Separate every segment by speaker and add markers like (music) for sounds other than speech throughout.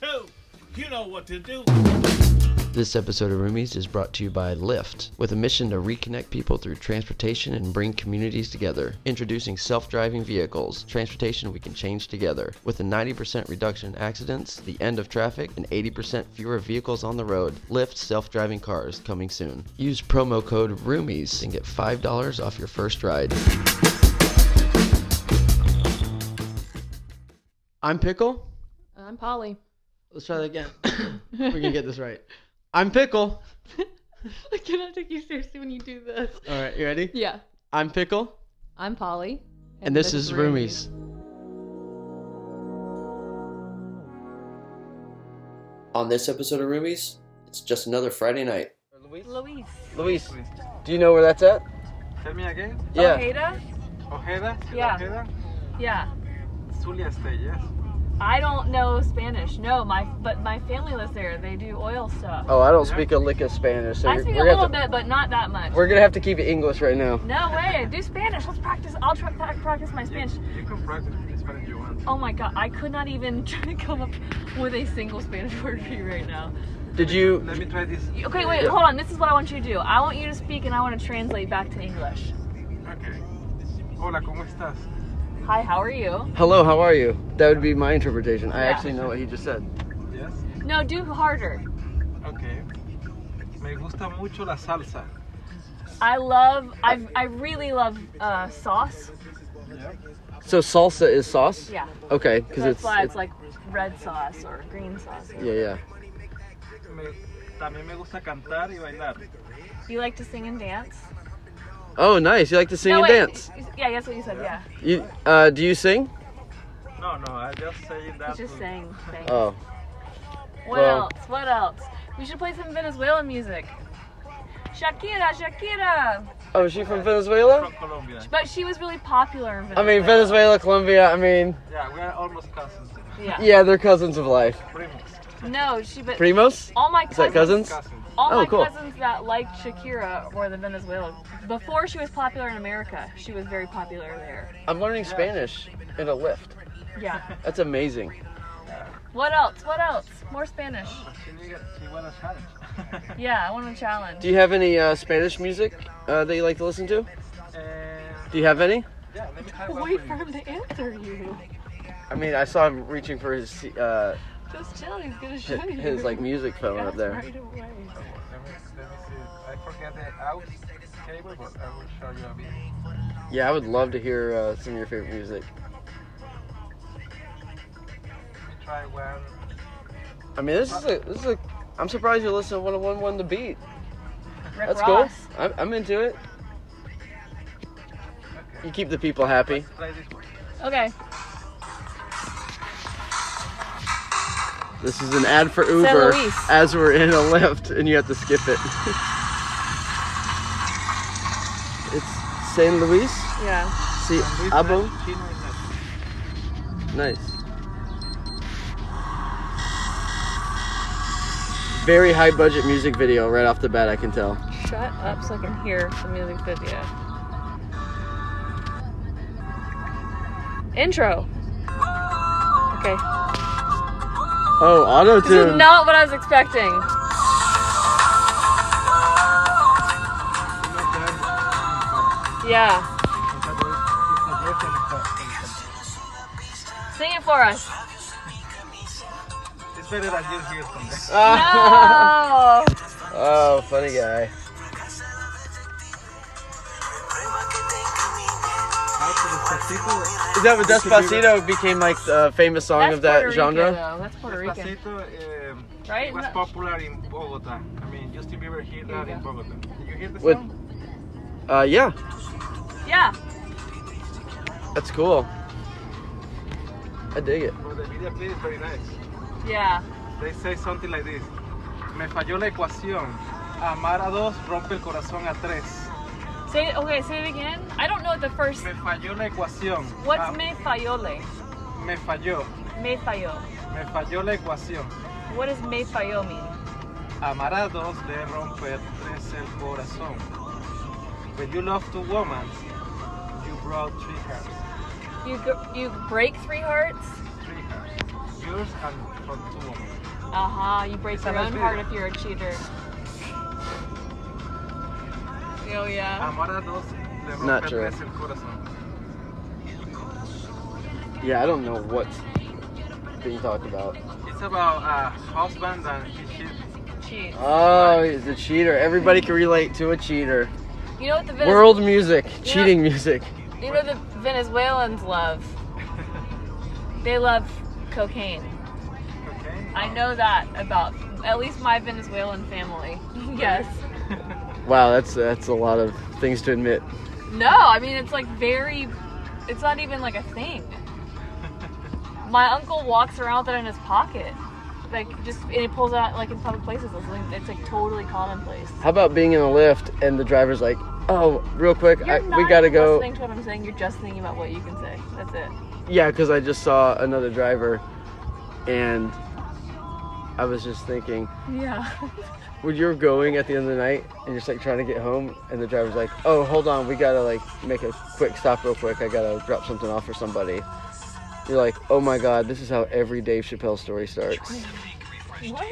Speaker 1: two. You know what to do.
Speaker 2: This episode of Roomies is brought to you by Lyft, with a mission to reconnect people through transportation and bring communities together. Introducing self driving vehicles, transportation we can change together. With a 90% reduction in accidents, the end of traffic, and 80% fewer vehicles on the road, Lyft self driving cars coming soon. Use promo code ROOMIES and get $5 off your first ride. I'm Pickle.
Speaker 3: I'm Polly. (laughs)
Speaker 2: Let's try that again. (coughs) We're going to get this right. I'm Pickle.
Speaker 3: I cannot take you seriously when you do this.
Speaker 2: All right, you ready?
Speaker 3: Yeah.
Speaker 2: I'm Pickle.
Speaker 3: I'm Polly.
Speaker 2: And this is Roomies. On this episode of Roomies, it's just another Friday night.
Speaker 3: Luis.
Speaker 2: Luis, do you know where that's at?
Speaker 4: Tell me again.
Speaker 2: Yeah.
Speaker 3: Ojeda?
Speaker 4: Ojeda? Is it
Speaker 3: Yeah.
Speaker 4: Ojeda?
Speaker 3: Yeah.
Speaker 4: Zulia State, yes.
Speaker 3: I don't know Spanish. No, my but my family lives there. They do oil stuff.
Speaker 2: Oh, I don't speak a lick of Spanish, so
Speaker 3: I
Speaker 2: you're-
Speaker 3: speak a
Speaker 2: we're, gonna
Speaker 3: little
Speaker 2: have to,
Speaker 3: bit, but not that much.
Speaker 2: we're gonna have to keep it English right now.
Speaker 3: No way. Do Spanish. Let's practice. I'll try pra- practice my Spanish.
Speaker 4: You can practice the Spanish you want.
Speaker 3: Oh my god, I could not even (laughs) try to come up with a single Spanish word for you right now.
Speaker 2: Did you?
Speaker 4: Let me try this.
Speaker 3: Okay, wait, hold on. This is what I want you to do. I want you to speak and I want to translate back to English.
Speaker 4: Okay. Hola, ¿cómo estás?
Speaker 3: Hi, how are you?
Speaker 2: Hello, how are you? That would be my interpretation. I
Speaker 3: Yeah.
Speaker 2: actually know what he just said.
Speaker 4: Yes.
Speaker 3: No, do harder.
Speaker 4: Okay. Me gusta mucho la salsa.
Speaker 3: I love, I, I really love uh, sauce.
Speaker 2: So salsa is sauce.
Speaker 3: Yeah.
Speaker 2: Okay, because
Speaker 3: That's
Speaker 2: it's,
Speaker 3: why it's
Speaker 2: it's-
Speaker 3: like red sauce or green sauce.
Speaker 2: yeah, yeah.
Speaker 4: Me, también me gusta cantar y bailar.
Speaker 3: You like to sing and dance?
Speaker 2: Oh, nice. You like to sing
Speaker 3: No,
Speaker 2: and
Speaker 3: wait.
Speaker 2: dance.
Speaker 3: Yeah, that's what you said, yeah.
Speaker 2: You uh, do you sing?
Speaker 4: No, no, I just saying that.
Speaker 3: He's just
Speaker 4: to-
Speaker 3: saying things.
Speaker 2: Oh,
Speaker 3: what
Speaker 2: well-
Speaker 3: else? What else? We should play some Venezuelan music. Shakira, Shakira!
Speaker 2: oh, is she from Venezuela?
Speaker 4: From Colombia.
Speaker 3: But she was really popular in
Speaker 2: I
Speaker 3: Venezuela.
Speaker 2: mean Venezuela, Colombia. I mean,
Speaker 4: Yeah, we are almost cousins.
Speaker 3: Yeah.
Speaker 2: yeah, they're cousins of life.
Speaker 4: Primos.
Speaker 3: No, she, but
Speaker 2: Primos?
Speaker 3: all my
Speaker 2: Is that
Speaker 3: cousins,
Speaker 2: cousins?
Speaker 4: Cousins.
Speaker 3: all
Speaker 2: Oh,
Speaker 3: my
Speaker 2: cool.
Speaker 3: cousins that liked Shakira were the Venezuelan. Before she was popular in America, she was very popular there.
Speaker 2: I'm learning Spanish in a lift.
Speaker 3: Yeah.
Speaker 2: That's amazing.
Speaker 3: What else? What else? More Spanish.
Speaker 4: She, need- she want a challenge.
Speaker 3: Yeah, I want a challenge.
Speaker 2: Do you have any uh, Spanish music uh, that you like to listen to?
Speaker 4: and,
Speaker 2: Do you have any?
Speaker 4: yeah, let me try one
Speaker 3: Wait
Speaker 4: for
Speaker 3: for
Speaker 4: you.
Speaker 3: him to answer you.
Speaker 2: I mean, I saw him reaching for his uh,
Speaker 3: Just chill. He's gonna
Speaker 2: hi-
Speaker 3: show you.
Speaker 2: his like music phone up
Speaker 3: That's
Speaker 2: there.
Speaker 3: Right away.
Speaker 4: Let me, let me see. I forget the out cable, but I will show you a bit.
Speaker 2: Yeah, I would love to hear uh, some of your favorite music.
Speaker 4: Let me try one.
Speaker 2: I mean, this is a this is a. I'm surprised you listen to 101 The Beat.
Speaker 3: Rick
Speaker 2: That's cool.
Speaker 3: Ross.
Speaker 2: I'm, I'm into it.
Speaker 4: Okay.
Speaker 2: You keep the people happy.
Speaker 4: Try this one.
Speaker 3: Okay.
Speaker 2: This is an ad for Uber
Speaker 3: Luis.
Speaker 2: as we're in a lift and you have to skip it. (laughs) it's San Luis.
Speaker 3: Yeah.
Speaker 2: See,
Speaker 4: Luis
Speaker 2: Abo.
Speaker 4: Nash, Chino y Nash.
Speaker 2: Nice. Very high budget music video right off the bat, I can tell.
Speaker 3: Shut up so I can hear the music video. Intro. Okay.
Speaker 2: Oh, auto
Speaker 3: This is
Speaker 2: tune. (laughs)
Speaker 3: not what I was expecting.
Speaker 4: Not bad.
Speaker 3: Yeah.
Speaker 4: It's a good- it's a good and a fast
Speaker 3: Sing it for us.
Speaker 4: one. It's better that you hear from them.
Speaker 3: (laughs) No.
Speaker 2: oh, funny guy. Is that what Despacito became like the famous song
Speaker 3: That's
Speaker 2: of that
Speaker 3: Puerto
Speaker 2: genre?
Speaker 3: Rican, though. That's Puerto Rican.
Speaker 4: Despacito um,
Speaker 3: Right?
Speaker 4: was
Speaker 3: Isn't that-
Speaker 4: popular in Bogota. I mean, Justin Bieber heard
Speaker 3: Here you
Speaker 4: that in Bogota. Did you hear the
Speaker 2: With-
Speaker 4: song?
Speaker 2: Uh, yeah,
Speaker 3: Yeah.
Speaker 2: that's cool. I dig it.
Speaker 4: Well, the video clip is very nice.
Speaker 3: Yeah.
Speaker 4: They say something like this. Me falló la ecuación. Amar a dos rompe el corazón a tres.
Speaker 3: Say okay. Say it again. I don't know what the first.
Speaker 4: Me falló la ecuación.
Speaker 3: What's
Speaker 4: Ah,
Speaker 3: me fayole?
Speaker 4: Me falló.
Speaker 3: Me falló.
Speaker 4: Me falló la ecuación.
Speaker 3: What does me falló mean?
Speaker 4: Amar a dos de romper tres el corazón. When you love two women, you brought three hearts.
Speaker 3: You go, you break three hearts.
Speaker 4: Three hearts.
Speaker 5: yours and from two women.
Speaker 3: Aha, you break
Speaker 5: Esa
Speaker 3: your
Speaker 5: no
Speaker 3: own
Speaker 5: es
Speaker 3: heart
Speaker 5: vida.
Speaker 3: if you're a cheater. Oh yeah.
Speaker 5: Amar a dos le
Speaker 2: Not
Speaker 5: rompe
Speaker 2: true.
Speaker 5: tres el corazón.
Speaker 2: Yeah, I don't know what's being talked about.
Speaker 5: It's about a husband and he cheats.
Speaker 3: Cheat.
Speaker 2: Oh, he's a cheater. Everybody can relate to a cheater.
Speaker 3: You know what the Venez-
Speaker 2: World music,
Speaker 3: Yeah.
Speaker 2: cheating music.
Speaker 3: You know the Venezuelans love. They love cocaine.
Speaker 5: Okay.
Speaker 3: I know that about at least my Venezuelan family. (laughs) yes.
Speaker 2: Wow, that's that's a lot of things to admit.
Speaker 3: No, I mean it's like very it's not even like a thing. My uncle walks around with it in his pocket. Like just and it pulls out like in public places. It's like, it's like totally commonplace.
Speaker 2: How about being in a lift and the driver's like, "Oh, real quick,
Speaker 3: You're
Speaker 2: I,
Speaker 3: not
Speaker 2: we gotta
Speaker 3: even
Speaker 2: go."
Speaker 3: listening to what I'm saying, you're just thinking about what you can say. That's it.
Speaker 2: Yeah, because I just saw another driver, and I was just thinking,
Speaker 3: Yeah.
Speaker 2: when you're going at the end of the night and you're just like trying to get home, and the driver's like, "Oh, hold on, we gotta like make a quick stop real quick. I gotta drop something off for somebody." You're like, "Oh my God, this is how every Dave Chappelle story starts."
Speaker 3: (laughs) what?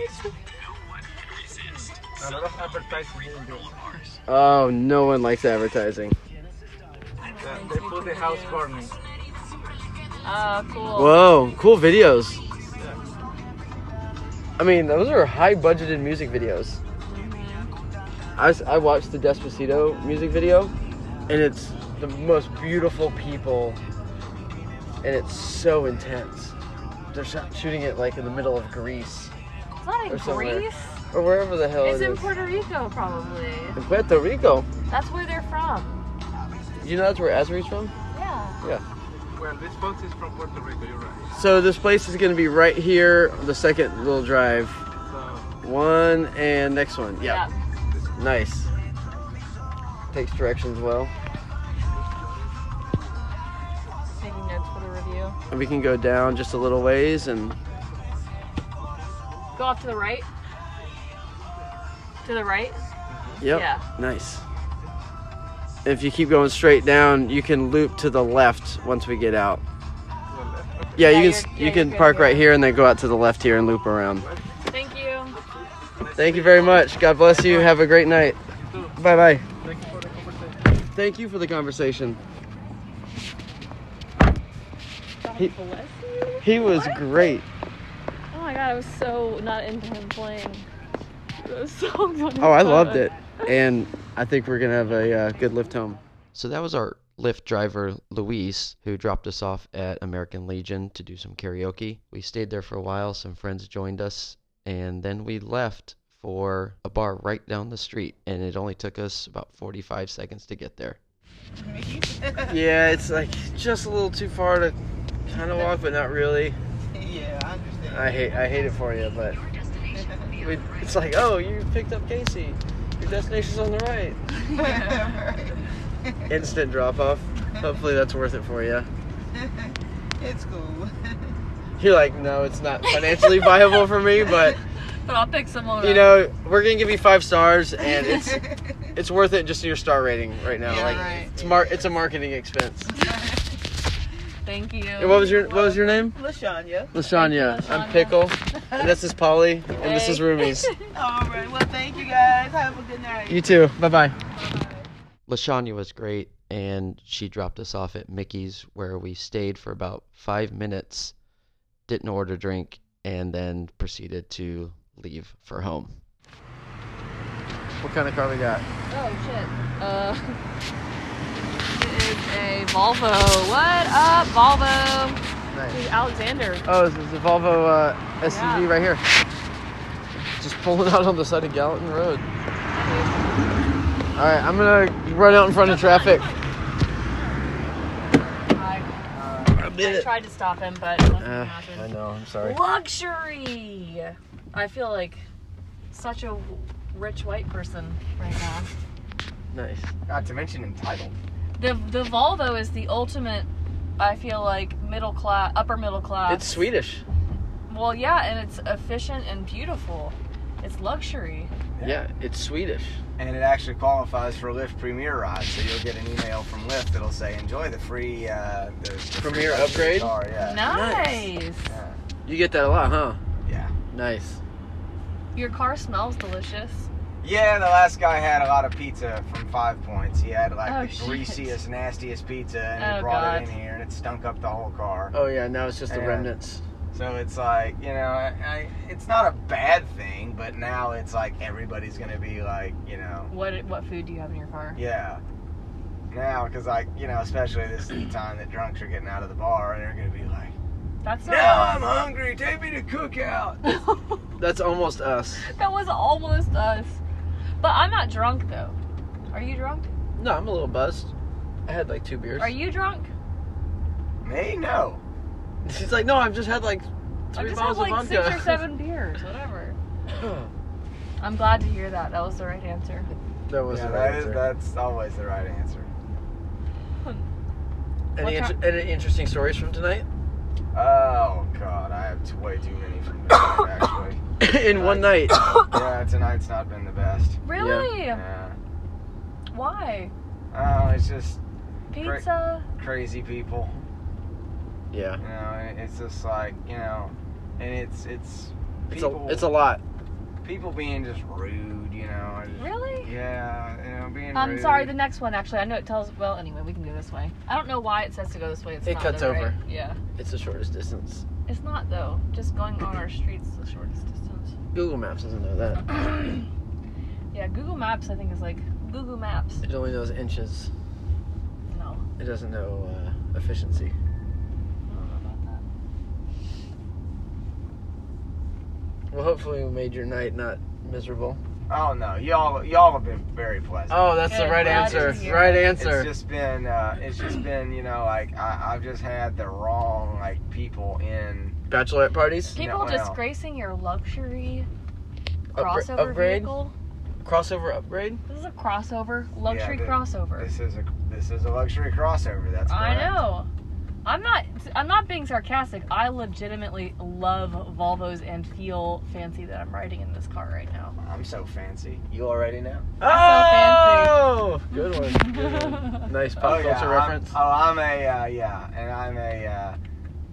Speaker 5: A lot of advertising in Europe.
Speaker 2: Oh, no one likes advertising.
Speaker 5: Yeah, Uh, They put the house burning.
Speaker 3: Oh, cool.
Speaker 2: Whoa, cool videos. I mean, those are high budgeted music videos. I, s- I watched the Despacito music video, and it's the most beautiful people, and it's so intense. They're shot, shooting it like in the middle of Greece
Speaker 3: It's not in
Speaker 2: Or somewhere. Oh,
Speaker 3: Greece.
Speaker 2: or wherever the hell
Speaker 3: It's
Speaker 2: it
Speaker 3: in
Speaker 2: is.
Speaker 3: Puerto Rico, probably.
Speaker 2: in Puerto Rico.
Speaker 3: That's where they're from.
Speaker 2: Do you know that's where Asbury's from?
Speaker 3: Yeah.
Speaker 5: Well, this box is from Puerto Rico, you're right.
Speaker 2: So this place is going to be right here, the second little drive.
Speaker 5: So,
Speaker 2: One and next one. yeah. Nice. Takes directions well.
Speaker 3: Taking notes for the review.
Speaker 2: And we can go down just a little ways and
Speaker 3: Go off to the right. To the right.
Speaker 2: yep.
Speaker 3: Yeah.
Speaker 2: Nice. If you keep going straight down, you can loop to the left once we get out.
Speaker 5: well, left. Okay.
Speaker 2: Yeah,
Speaker 3: Yeah,
Speaker 2: you can
Speaker 3: you're-
Speaker 2: s-
Speaker 3: yeah,
Speaker 2: you
Speaker 3: you're
Speaker 2: can
Speaker 3: good,
Speaker 2: park right
Speaker 3: yeah.
Speaker 2: here and then go out to the left here and loop around.
Speaker 3: Thank you.
Speaker 2: Thank you very much. God bless you. Have a great night.
Speaker 5: too.
Speaker 2: Bye bye.
Speaker 5: Thank you for the conversation.
Speaker 2: Thank you for the conversation.
Speaker 3: God
Speaker 2: He-
Speaker 3: bless you.
Speaker 2: He was great.
Speaker 3: Oh my god, I was so not into him playing those (laughs) songs on his
Speaker 2: Oh, I loved
Speaker 3: phone.
Speaker 2: it. And I think we're going to have a uh, good lift home.
Speaker 6: So that was our Lyft driver, Luis, who dropped us off at American Legion to do some karaoke. We stayed there for a while, some friends joined us, and then we left for a bar right down the street, and it only took us about 45 seconds to get there.
Speaker 2: Yeah, it's like just a little too far to kind of walk, but not really.
Speaker 7: Yeah, I understand.
Speaker 2: I hate I hate it for you, but we, it's like, oh, you picked up Casey. Your destination's on the right. Instant drop off. Hopefully that's worth it for you.
Speaker 7: (laughs) it's cool.
Speaker 2: You're like, no, it's not
Speaker 7: (laughs)
Speaker 2: financially viable for me, but
Speaker 3: But I'll pick someone.
Speaker 2: you
Speaker 3: up.
Speaker 2: know, we're gonna give you five stars, and
Speaker 7: (laughs)
Speaker 2: it's it's worth it just to your star rating right now.
Speaker 7: Yeah,
Speaker 2: like
Speaker 7: right.
Speaker 2: it's mar- it's a marketing expense.
Speaker 3: Thank you.
Speaker 2: And what was your what was your name?
Speaker 7: Lashanya.
Speaker 2: Lashanya. I'm
Speaker 3: Lashanya.
Speaker 2: Pickle, and this is Polly, and this
Speaker 3: Hey.
Speaker 2: is Roomies.
Speaker 7: All right. Well, thank you guys. Have a good night.
Speaker 2: You too. Bye bye.
Speaker 6: Lashanya was great, and she dropped us off at Mickey's, where we stayed for about five minutes, didn't order a drink, and then proceeded to leave for home.
Speaker 2: What kind of car we got?
Speaker 3: Oh shit. Uh, (laughs) it is a Volvo. What up, Volvo?
Speaker 2: Nice.
Speaker 3: Dude, Alexander.
Speaker 2: Oh, this is the Volvo uh, SUV
Speaker 3: Yeah.
Speaker 2: right here. Just pulling out on the side of Gallatin Road. All right, I'm gonna run out in front of traffic.
Speaker 3: I,
Speaker 2: I
Speaker 3: I tried to stop him, but nothing
Speaker 2: Uh, I
Speaker 3: happened.
Speaker 2: know. I'm sorry.
Speaker 3: Luxury. I feel like such a rich white person right now.
Speaker 2: Nice.
Speaker 4: Not to mention entitled.
Speaker 3: The the Volvo is the ultimate. I feel like middle class, upper middle class.
Speaker 2: It's Swedish.
Speaker 3: Well, yeah, and it's efficient and beautiful. It's luxury.
Speaker 2: Yeah, it's Swedish.
Speaker 4: And it actually qualifies for Lyft Premier Ride, so you'll get an email from Lyft that'll say, enjoy the free, uh, the, the free
Speaker 2: Premier
Speaker 4: luxury
Speaker 2: upgrade?
Speaker 4: Car. Yeah.
Speaker 3: Nice.
Speaker 2: Nice.
Speaker 4: Yeah.
Speaker 2: You get that a lot, huh?
Speaker 4: Yeah.
Speaker 2: Nice.
Speaker 3: Your car smells delicious.
Speaker 4: Yeah, the last guy had a lot of pizza from Five Points. He had like
Speaker 3: Oh,
Speaker 4: the
Speaker 3: shit.
Speaker 4: greasiest, nastiest pizza, and
Speaker 3: Oh,
Speaker 4: he brought
Speaker 3: God.
Speaker 4: it in here, and it stunk up the whole car.
Speaker 2: Oh yeah, now it's just the
Speaker 4: Yeah.
Speaker 2: remnants.
Speaker 4: So it's like, you know, I, I, it's not a bad thing, but now it's like everybody's gonna be like, you know,
Speaker 3: What what food do you have in your car?
Speaker 4: yeah. Now, because like, you know, especially this
Speaker 2: (clears throat)
Speaker 4: is the time that drunks are getting out of the bar, and they're gonna be like,
Speaker 3: That's
Speaker 4: "No, I'm hungry. Take me to cookout."
Speaker 2: That's almost us.
Speaker 3: (laughs) that was almost us. But I'm not drunk though. Are you drunk?
Speaker 2: No, I'm a little buzzed. I had like two beers. (laughs)
Speaker 3: Are you drunk?
Speaker 4: Me? No.
Speaker 2: She's like, no, I've just had like
Speaker 3: I
Speaker 2: three
Speaker 3: just
Speaker 2: bottles
Speaker 3: have like
Speaker 2: of vodka. (laughs)
Speaker 3: six or seven beers, whatever. I'm glad to hear that. That was the right answer.
Speaker 2: that was
Speaker 4: Yeah,
Speaker 2: the right
Speaker 4: that is,
Speaker 2: answer.
Speaker 4: that's always the right answer.
Speaker 2: Any,
Speaker 3: What
Speaker 2: inter- any interesting stories from tonight?
Speaker 4: Oh God, I have way too many from
Speaker 2: (coughs)
Speaker 4: tonight, actually.
Speaker 2: (laughs) In one night.
Speaker 4: yeah, tonight's not been the best.
Speaker 3: Really?
Speaker 4: Yeah.
Speaker 3: Why?
Speaker 4: Oh, it's just Great.
Speaker 3: Pizza?
Speaker 4: crazy people.
Speaker 2: (laughs) Yeah.
Speaker 4: You know, and it's just like you know, and it's it's
Speaker 2: It's
Speaker 4: people
Speaker 2: a, it's a lot.
Speaker 4: people being just rude. You know. and just-
Speaker 3: Really?
Speaker 4: Yeah, you know, being.
Speaker 3: I'm
Speaker 4: rude.
Speaker 3: sorry, the next one actually. I know it tells. Well, anyway, we can go this way. I don't know why it says to go this way. It's
Speaker 2: It
Speaker 3: not
Speaker 2: cuts
Speaker 3: though,
Speaker 2: over.
Speaker 3: right? Yeah.
Speaker 2: It's the shortest distance.
Speaker 3: It's not, though. Just going on our streets is the shortest distance. (coughs)
Speaker 2: Google Maps doesn't know that.
Speaker 3: Yeah, Google Maps, I think, is like Google Maps.
Speaker 2: It only knows inches.
Speaker 3: No.
Speaker 2: It doesn't know uh, efficiency.
Speaker 3: I don't know about that.
Speaker 2: Well, hopefully we made your night not miserable.
Speaker 4: Oh no, y'all y'all have been very pleasant.
Speaker 2: Oh, that's the
Speaker 3: Good,
Speaker 2: right
Speaker 3: glad to
Speaker 2: answer.
Speaker 3: hear
Speaker 2: Right
Speaker 4: it's
Speaker 2: answer.
Speaker 4: just been uh, it's just been you know like I, I've just had the wrong like people in.
Speaker 2: Bachelorette parties.
Speaker 3: People
Speaker 4: wow.
Speaker 3: disgracing your luxury
Speaker 2: Upgra-
Speaker 3: crossover
Speaker 2: upgrade.
Speaker 3: vehicle.
Speaker 2: Crossover upgrade.
Speaker 3: This is a crossover, luxury
Speaker 4: but
Speaker 3: crossover.
Speaker 4: This is a this is a luxury crossover. That's
Speaker 3: I
Speaker 4: correct.
Speaker 3: know. I'm not. I'm not being sarcastic. I legitimately love Volvos and feel fancy that I'm riding in this car right now.
Speaker 4: I'm so fancy. You already know.
Speaker 2: Oh, good one. Good
Speaker 3: (laughs)
Speaker 2: one. Nice pop
Speaker 4: yeah, I'm-
Speaker 2: culture reference.
Speaker 4: oh, I'm a uh, yeah, and I'm a uh,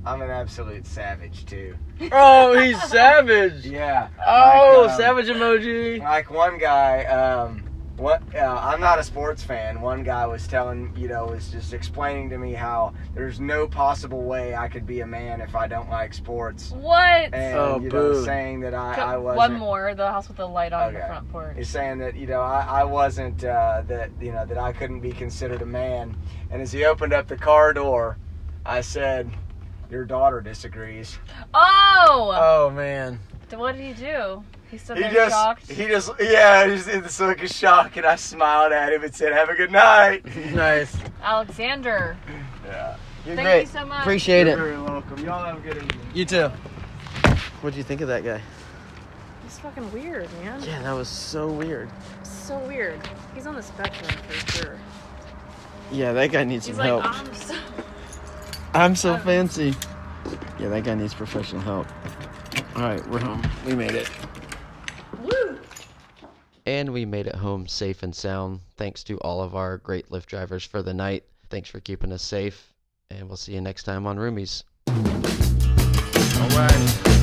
Speaker 4: I'm an absolute savage too.
Speaker 2: Oh, he's savage.
Speaker 4: Yeah.
Speaker 2: Oh,
Speaker 4: um,
Speaker 2: savage emoji.
Speaker 4: Like one guy, um, what? Uh, I'm not a sports fan. One guy was telling, you know, was just explaining to me how there's no possible way I could be a man if I don't like sports,
Speaker 3: What?
Speaker 4: and
Speaker 2: Oh,
Speaker 4: you
Speaker 2: boo.
Speaker 4: know, saying that I, I wasn't.
Speaker 3: One more. The house with the light on the
Speaker 4: Okay.
Speaker 3: front porch.
Speaker 4: He's saying that you know I, I wasn't uh, that you know that I couldn't be considered a man, and as he opened up the car door, I said, "Your daughter disagrees."
Speaker 3: Oh!
Speaker 2: Oh man.
Speaker 3: So what did he do? He stood
Speaker 4: He
Speaker 3: there
Speaker 4: just
Speaker 3: shocked.
Speaker 4: he just yeah, he just in this look of shock, and I smiled at him and said, "Have a good
Speaker 2: (laughs)
Speaker 4: night."
Speaker 2: Nice.
Speaker 3: Alexander,
Speaker 4: Yeah,
Speaker 2: You're
Speaker 3: thank
Speaker 2: great.
Speaker 3: you so much.
Speaker 2: Appreciate it.
Speaker 4: very welcome. Y'all have a good evening.
Speaker 2: You too. What'd you think of that guy?
Speaker 3: It's fucking weird, man.
Speaker 2: Yeah, that was so weird.
Speaker 3: So weird. He's on the spectrum for sure.
Speaker 2: Yeah, that guy needs
Speaker 3: He's
Speaker 2: some
Speaker 3: like, "Ah."
Speaker 2: help.
Speaker 3: Oh. I'm so.
Speaker 2: I'm so
Speaker 3: I'm-
Speaker 2: fancy. Yeah, that guy needs professional help. All right, we're home. We made it.
Speaker 3: Woo!
Speaker 2: And we made it home safe and sound. Thanks to all of our great Lyft drivers for the night. Thanks for keeping us safe. And we'll see you next time on Roomies.
Speaker 4: All right.